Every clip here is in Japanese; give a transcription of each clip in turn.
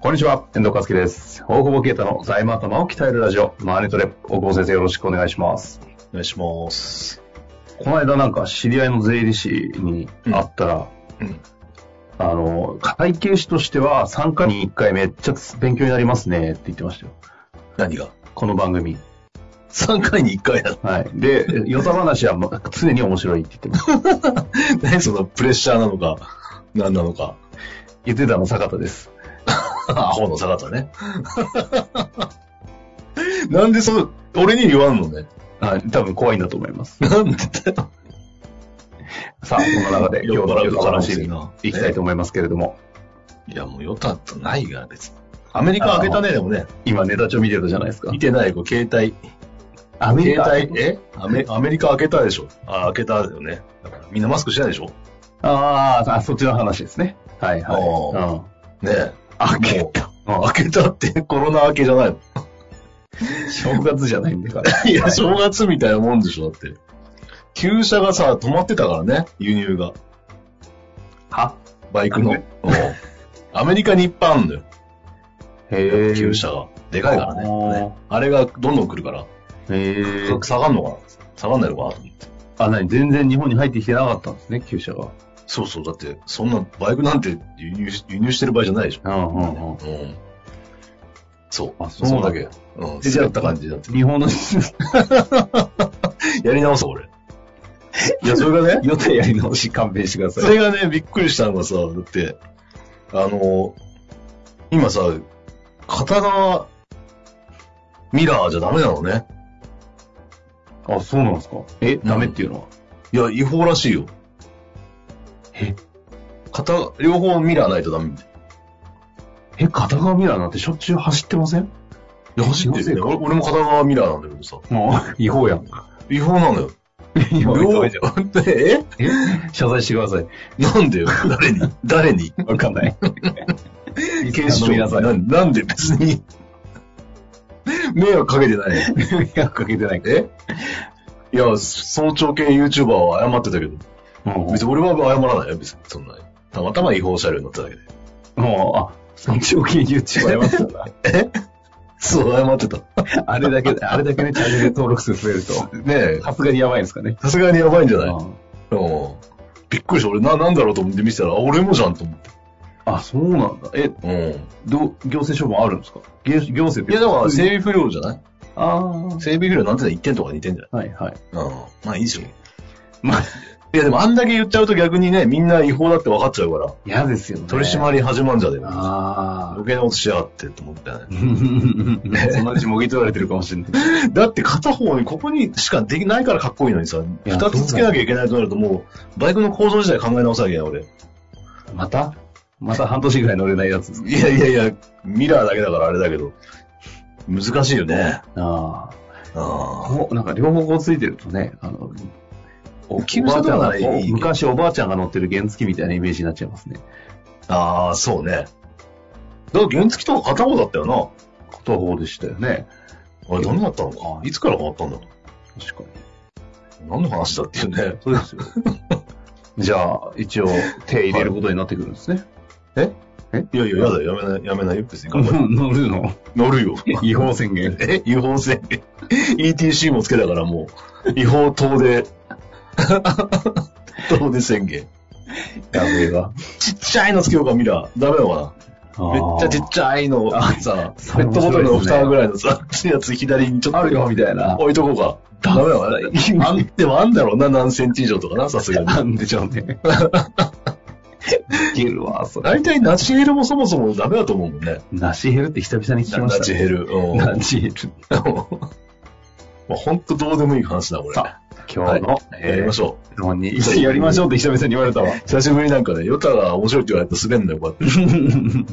こんにちは、遠藤和樹です。大久保啓太の財務頭を鍛えるラジオ、マーネトレ。大久保先生よろしくお願いします。お願いします。この間なんか知り合いの税理士に会ったら、うんあの、会計士としては3回に1回めっちゃ勉強になりますねって言ってましたよ。何がこの番組。 ?3 回に1回なのはい。で、与沢話はもう常に面白いって言ってました。 何そのプレッシャーなのか、何なのか。 言ってたの坂田です。アホの坂田ね。 なんでその、俺に言わんのね。はい。多分怖いんだと思います。なんでだよ。さあ、この中 で今日の与沢話に行行きたいと思いますけれども、いや、もうよたっとないが、別に。アメリカ開けたね、でもね。今ネタ帳見てたじゃないですか見。てない子、携帯。アメリカ携帯、えアメアメリカ開けたでしょ。あ、開けたよね。だからみんなマスクしないでしょ。あーあ、そっちの話ですね。はいおはねい。うん、え。開けもううん 開けたってコロナ明けじゃないの。正月じゃないんだから。いや、正月みたいなもんでしょ、だって。旧車がさ、止まってたからね、輸入が。はバイクの。あうんアメリカにいっぱいあるんだよ、へえ。旧車が。でかいからね。ね。あれがどんどん来るから、へえ価。格下がんのかな下がんないのかなと思って。あ、なに全然日本に入ってきてなかったんですね、旧車が。そうそう、だって、そんなバイクなんて輸入し輸入してる場合じゃないでしょ。うんうんうん。うん。そう。あそそううなのだけ。うん。でじゃあ滑った感じだって。日本のやり直そう、俺。いや、それがね、 予定やり直し勘弁してくだそさい。れがね、びっくりしたのがさ、だって、あの、今さ、片側ミラーじゃダメなのね。あ、そうなんですかえ、ダメっていうのは、いや、違法らしいよ。え片、両方ミラーないとダメみたい。え、片側ミラーなんてしょっちゅう走ってませんいや、走ってるよね。俺俺も片側ミラーなんだけどさ。もう、違法やん。違法なのよ。違法両じゃえん。え謝罪してください。なんでよ誰に誰 にわかんない。警視庁皆さんななんで別に 迷惑かけてない迷惑かけてないかえいや、早朝系 YouTuber は謝ってたけど、ら。うん別に俺は謝らないよ、別に。そんなに。たまたま違法車両に乗っただけで。もう、あ、そっちを金融地はやましたな。そう、謝ってた。 あれだけ、あれだけね、チャンネル登録数増えると、ねえ、さすがにやばいんですかね。さすがにやばいんじゃないあうん。びっくりした。俺、な、なんだろうと思って見てたら、あ俺もじゃんと思って。あ、そうなんだ。え、うどう、行政処分あるんですか行行政っん。て。いや、だから、せ、整備不良じゃないあ整備不良なんてのは1点とか2点じゃあ、はいはい。ないうん。まあ、いいでしょ。まあ、いや、でも、あんだけ言っちゃうと逆にね、みんな違法だって分かっちゃうから、嫌ですよね。取り締まり始まんじゃねえか。ああ。余計なことしやがってって思ったよね。 そのうちもぎ取られてるかもしれない。だって片方にここにしかできないからかっこいいのにさ、や二つつけなきゃいけないとなるともう、バイクの構造自体考え直さなきゃいけない俺。またまた半年ぐらい乗れないやつですいやいやいや、ミラーだけだからあれだけど、難しいよね。ああ。ああ。こうなんか両方こうついてるとね、あの、お旧ば車あちゃんがとかならいいけど昔おばあちゃんが乗ってる原付みたいなイメージになっちゃいますね。ああ、そうね。だから原付とか片方だったよな。片方でしたよね。あれダメだったのか。いつから変わったんだろ確かに。う。何の話だっていうね。そうですよ。 じゃあ、一応、手入れることになってくるんですね。い やいや、やだよ、やめない、やめないよ。別に頑張れ 乗るの乗 るよ。違法宣 言。え違法線 ?ETC もつけたからもう、違法遠出。 遠出宣言。やべえわ。ちっちゃいのつけようか、ミラー。ダメなのかなめっちゃちっちゃいのさ、そペれッ面白いですねトボトルの蓋ぐらいのさ、ちっちゃいやつ左にちょっと。あるよ、みたいな。置いとこうか。ダメなのかなあん、でもあんだろうな、何センチ以上とかな、さすがに。なんでしょうね。 いけるわ、それ。大体、ナチヘルもそもそもダメだと思うもんね。ナシヘルって久々に聞きまナしたチね。 ヘル。うん。ナシヘル。まあ、ほんとどうでもいい話だ、これ。さ今日の、はい、やりましょょう。論に、一緒にやりましょうって久々に言われたわ。う。久しぶりなんかね、ヨタが面白いって言われて滑んのよ、こ う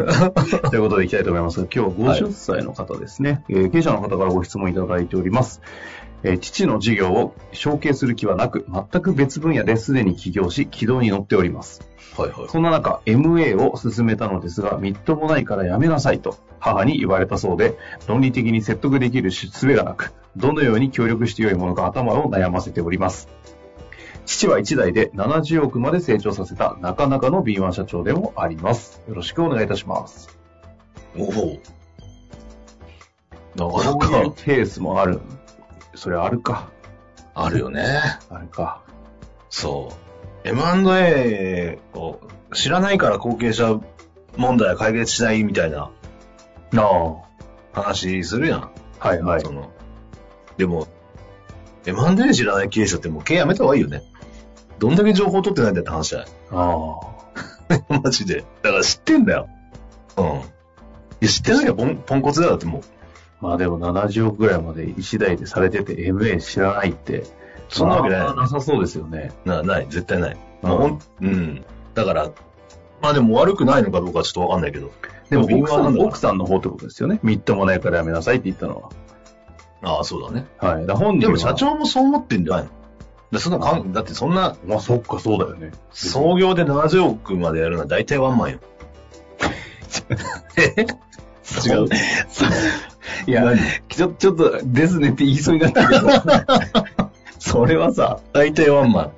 やということでいきたいと思います。今日50歳の方ですね、えー経営者の方からご質問いただいております。えー父の事業を承継する気はなく、全く別分野ですでに起業し、軌道に乗っております。って。はいはい。そんな中、MA を進めたのですが、みっともないからやめなさいと母に言われたそうで、論理的に説得できる術がなく、どのように協力してよいものか頭を悩ませております。父は1代で70億まで成長させたなかなかの敏腕社長でもあります。よろしくお願いいたします。おお。なこかういうなか、ケースもある。それあるか。あるよね。あるか。そう。M&A を知らないから後継者問題は解決しないみたいななあ。話するやん。はいはい。そのでも、M&A 知らない経営者ってもう経営やめた方がいいよね。どんだけ情報取ってないんだって話だよ。あ マジで。だから知ってんだよ。うん。いや知ってなきゃポンポンコツだよだってもう。あ。まあでも70億ぐらいまで1台でされてて MA 知らないって、そんなわけないまあなさそうですよね。な、ない、絶対ない。うんもうほん、うん。だから、まあでも悪くないのかどうかはちょっとわかんないけど。でも奥敏腕さなんんだから奥さんの方ってことですよね。みっともないからやめなさいって言ったのは。ああ、そうだね。はい。だから本人ではも社長もそう思ってんじゃないのだそんなかんだってそんな、まあそっか、そうだよね。創業で70億までやるのは大体ワンマンよ。違う。 いや、ちょちょっと、ですねって言いそうになったけ ど。それはさ、大体ワンマン。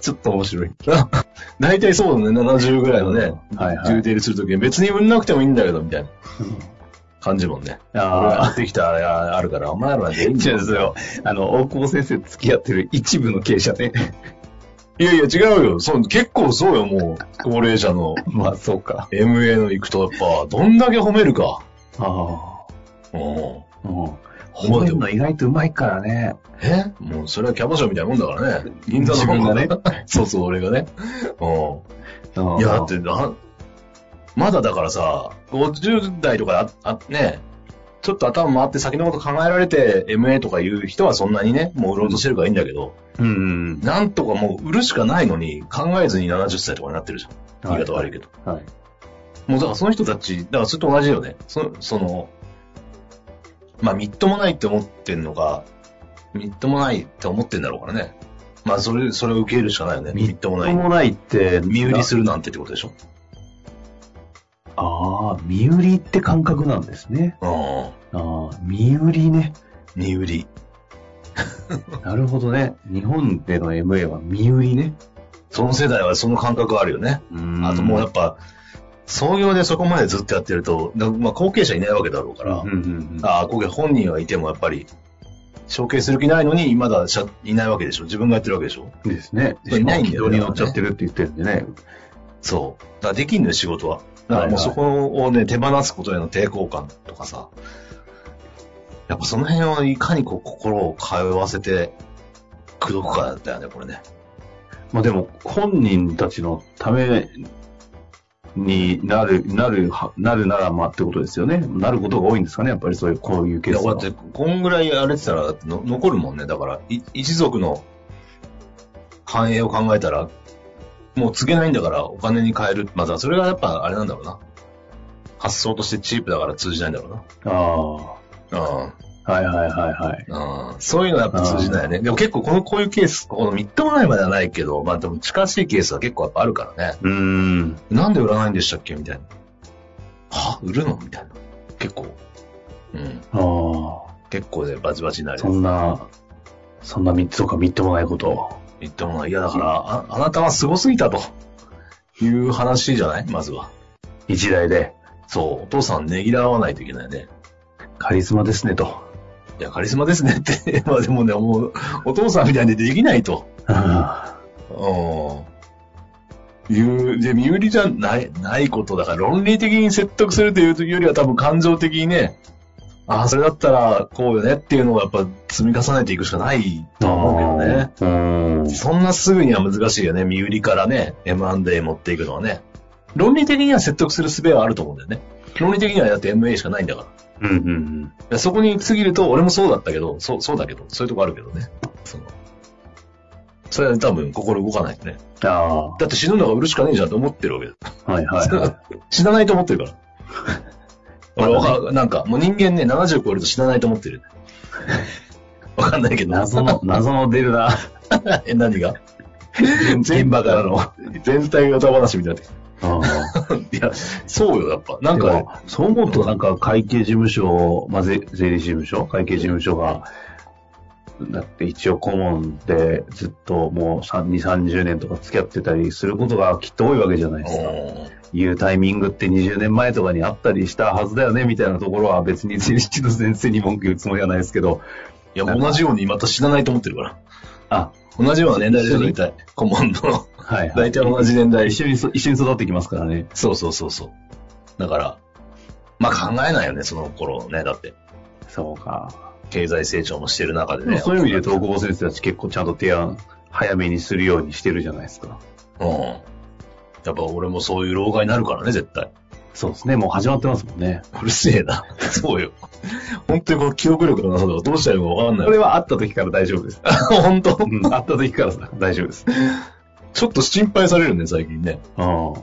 ちょっと面白い。 大体そうだね、70ぐらいのね、はいはいデューデールするときに別に売んなくてもいいんだけど、みたいな感じもんね。俺がやあってきたあれがあるから、お前らはでいいんあ。だじゃよあ、それを、あの、大久保先生と付き合ってる一部の経営者ね。 いやいや、違うよ。そう、結構そうよ、もう。高齢者のまあ、そうか。 MA の行くと、やっぱ、どんだけ褒めるか。あうん。あ。うん。褒めるの意外とうまいからね。えもう、それはキャバ嬢みたいなもんだからね。銀座の方がね自分。 そうそう、俺がね。うん。いや、だってな、まだだからさ、50代とかあ、あね、ちょっと頭回って先のこと考えられて MA とかいう人はそんなにね、もう売ろうとしてるからいいんだけど、うん。なんとかもう売るしかないのに考えずに70歳とかになってるじゃん。言い方悪いけど。はい。もうだからその人たち、だからそれと同じよね。そその、まあみっともないって思ってんのか、みっともないって思ってんだろうからね。まあそれ、それを受け入れるしかないよね。みっともとない。もないって、身売りするなんてってことでしょ。ああ、身売りって感覚なんですね。うん。ああ、身売りね。身売り。なるほどね。日本での MA は身売りね。その世代はその感覚あるよね。うんあともうやっぱ、創業でそこまでずっとやってると、だまあ後継者いないわけだろうから、うんうんうん。ああ、後継本人はいてもやっぱり、承継する気ないのに、まだ社いないわけでしょ。自分がやってるわけでしょ。ですね。そういないんだよ軌道にね乗っちゃってるって言ってるんでね。そう。だからできんのよ、仕事は。だからもうはいそはいこをね、手放すことへの抵抗感とかさ、やっぱその辺をいかにこう心を通わせて、口説くかだよね、これね。まあでも、本人たちのためになる、なるは、なるならまあってことですよね。なることが多いんですかね、やっぱりそういう、こういうケいーや、スはだっ。て、こんぐらいやれてたら、だっての残るもんね。だから、い一族の繁栄を考えたら、もう告げないんだから、お金に換える。まずは、それがやっぱ、あれなんだろうな。発想としてチープだから通じないんだろああ。はうな。いはいはいはい。うん。うん。そういうのはやっぱ通じないよね。でも結構、この、こういうケース、このみっともないまではないけど、まあでも近しいケースは結構やっぱあるからね。うーん。なんで売らないんでしたっけみたいな。は売るのみたいな。結構。うん。ああ。結構ね、バチバチになるやつそんな、そんな三つとかみっともないことを。言ってもない。いや、だから、ああなたはすごすぎたと。いう話じゃないまずは。一代で、そう、お父さんねぎらわないといけないね。カリスマですねと。いや、カリスマですねって。 まあでもね、もう、お父さんみたいにできないと。あうん。いう、で、身売りじゃない、ないことだから、論理的に説得するというよりは多分感情的にね、ああ、それだったら、こうよねっていうのをやっぱ積み重ねていくしかないとは思うけどね。うーん。そんなすぐには難しいよね。身売りからね、M&A 持っていくのはね。論理的には説得する術はあると思うんだよね。論理的にはだって MA しかないんだから。うんうんうん。いやそこに過ぎると、俺もそうだったけど、そう、そうだけど、そういうとこあるけどね。その、それは多分心動かないですね。ああ。はだって死ぬのが売るしかねえじゃんと思ってるわけだ。いはい はい。死なないと思ってるから。俺わかなんか、もう人間ね、70超えると死なないと思っ てる。わかんないけど。謎の、謎の出る な。え、何 が現場からの、全体の歌話みたいにうん。なって。いや、そうよ、やっぱ。なんでかね、も、そう思うとなんか会計事務所、まあ、税税理士事務所、会計事務所が、だって一応顧問でずっともう3 2、30年とか付き合ってたりすることがきっと多いわけじゃないですか。うんいうタイミングって20年前とかにあったりしたはずだよねみたいなところは別に税理士の先生に文句言うつもりはないですけど、いや、同じようにまた死なないと思ってるから。あ、同じような年代でしょ、大体。顧問の。はい、は大い。体同じ年代一緒にそ、一緒に育ってきますからね。そうそうそうそう。だから、まあ考えないよね、その頃ね。だって、そうか。経済成長もしてる中ででもね。そういう意味で東郷先生たち結構ちゃんと提案早めにするようにしてるじゃないですか。うん。やっぱ俺もそういう老害になるからね、絶対。そうですね。もう始まってますもんね。 うるせえな。 そうよ。本当にこの記憶力のなさとかどうしたらいいのかわかん ない。これは会った時から大丈夫です。本当 うん、会った時から大丈夫です。ちょっと心配されるね、最近ね。うん。あの、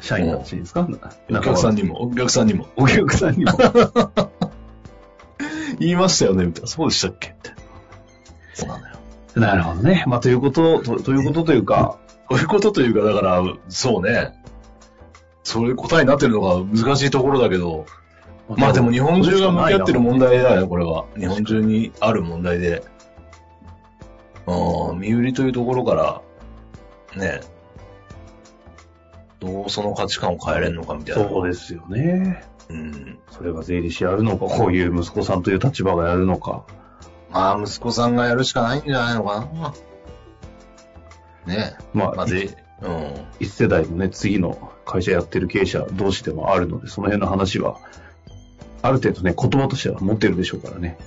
社員たちですかおお客さんに。にも、お客さんにも。お客さん にも。言いましたよね、みたいな。そうでしたっけって。そうなのよ。なるほどね。まあ、ということ、とということというか、こういうことというか、だから、そうね。それ答えになってるのが難しいところだけど、まあでも日本中が向き合ってる問題だよね、これは。日本中にある問題で。うん、身売りというところから、ね、どうその価値観を変えれんのかみたいな。そうですよね。うん。それが税理士やるのか、こういう息子さんという立場がやるのか。まあ、息子さんがやるしかないんじゃないのかな。ねまあ、まあ、ぜ、うん。一世代のね、次の会社やってる経営者同士でもあるので、その辺の話は、ある程度ね、言葉としては持ってるでしょうからね。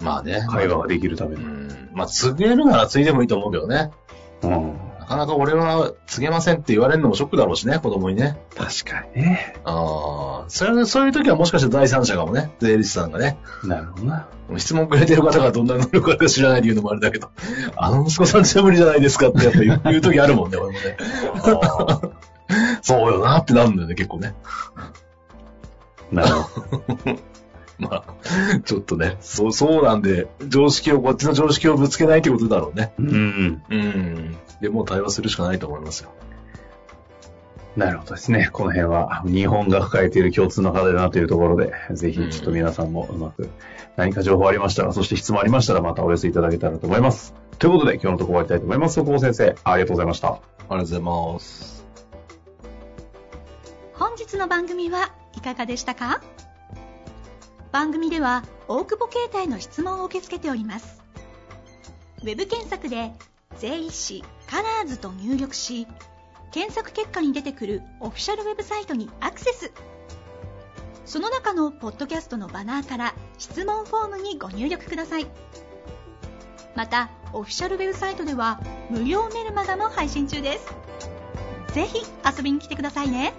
まあね。会話ができるためうの。ん。まあ、告げるなら告げてもいいと思うけどね。うん。なかなか俺は告げませんって言われるのもショックだろうしね、子供にね。確かにね。ああ、それそういう時はもしかしたら第三者かもね、税理士さんがね、なるほどな。質問くれてる方がどんな能力か知らないで言うのもあれだけど、 あの息子さんじゃ無理じゃないですかってやっぱ言う言う時あるもんね、俺もね。そうよなってなるんだよね、結構ね。なるほど。まあ、 ちょっとね、そう、そうなんで、常識を、こっちの常識をぶつけないってことだろうね。うん。うん。で、もう対話するしかないと思いますよ。なるほどですね。この辺は日本が抱えている共通の課題だなというところで、ぜひちょっと皆さんもうまく何か情報ありましたら、そして質問ありましたらまたお寄せいただけたらと思います。ということで今日のところ終わりたいと思います。徳保先生、ありがとうございました。ありがとうございます。本日の番組はいかがでしたか番組では大久保携帯の質問を受け付けておりますウェブ検索で「税理士カラーズと入力し検索結果に出てくるオフィシャルウェブサイトにアクセスその中のポッドキャストのバナーから質問フォームにご入力くださいまたオフィシャルウェブサイトでは無料メルマガも配信中ですぜひ遊びに来てくださいね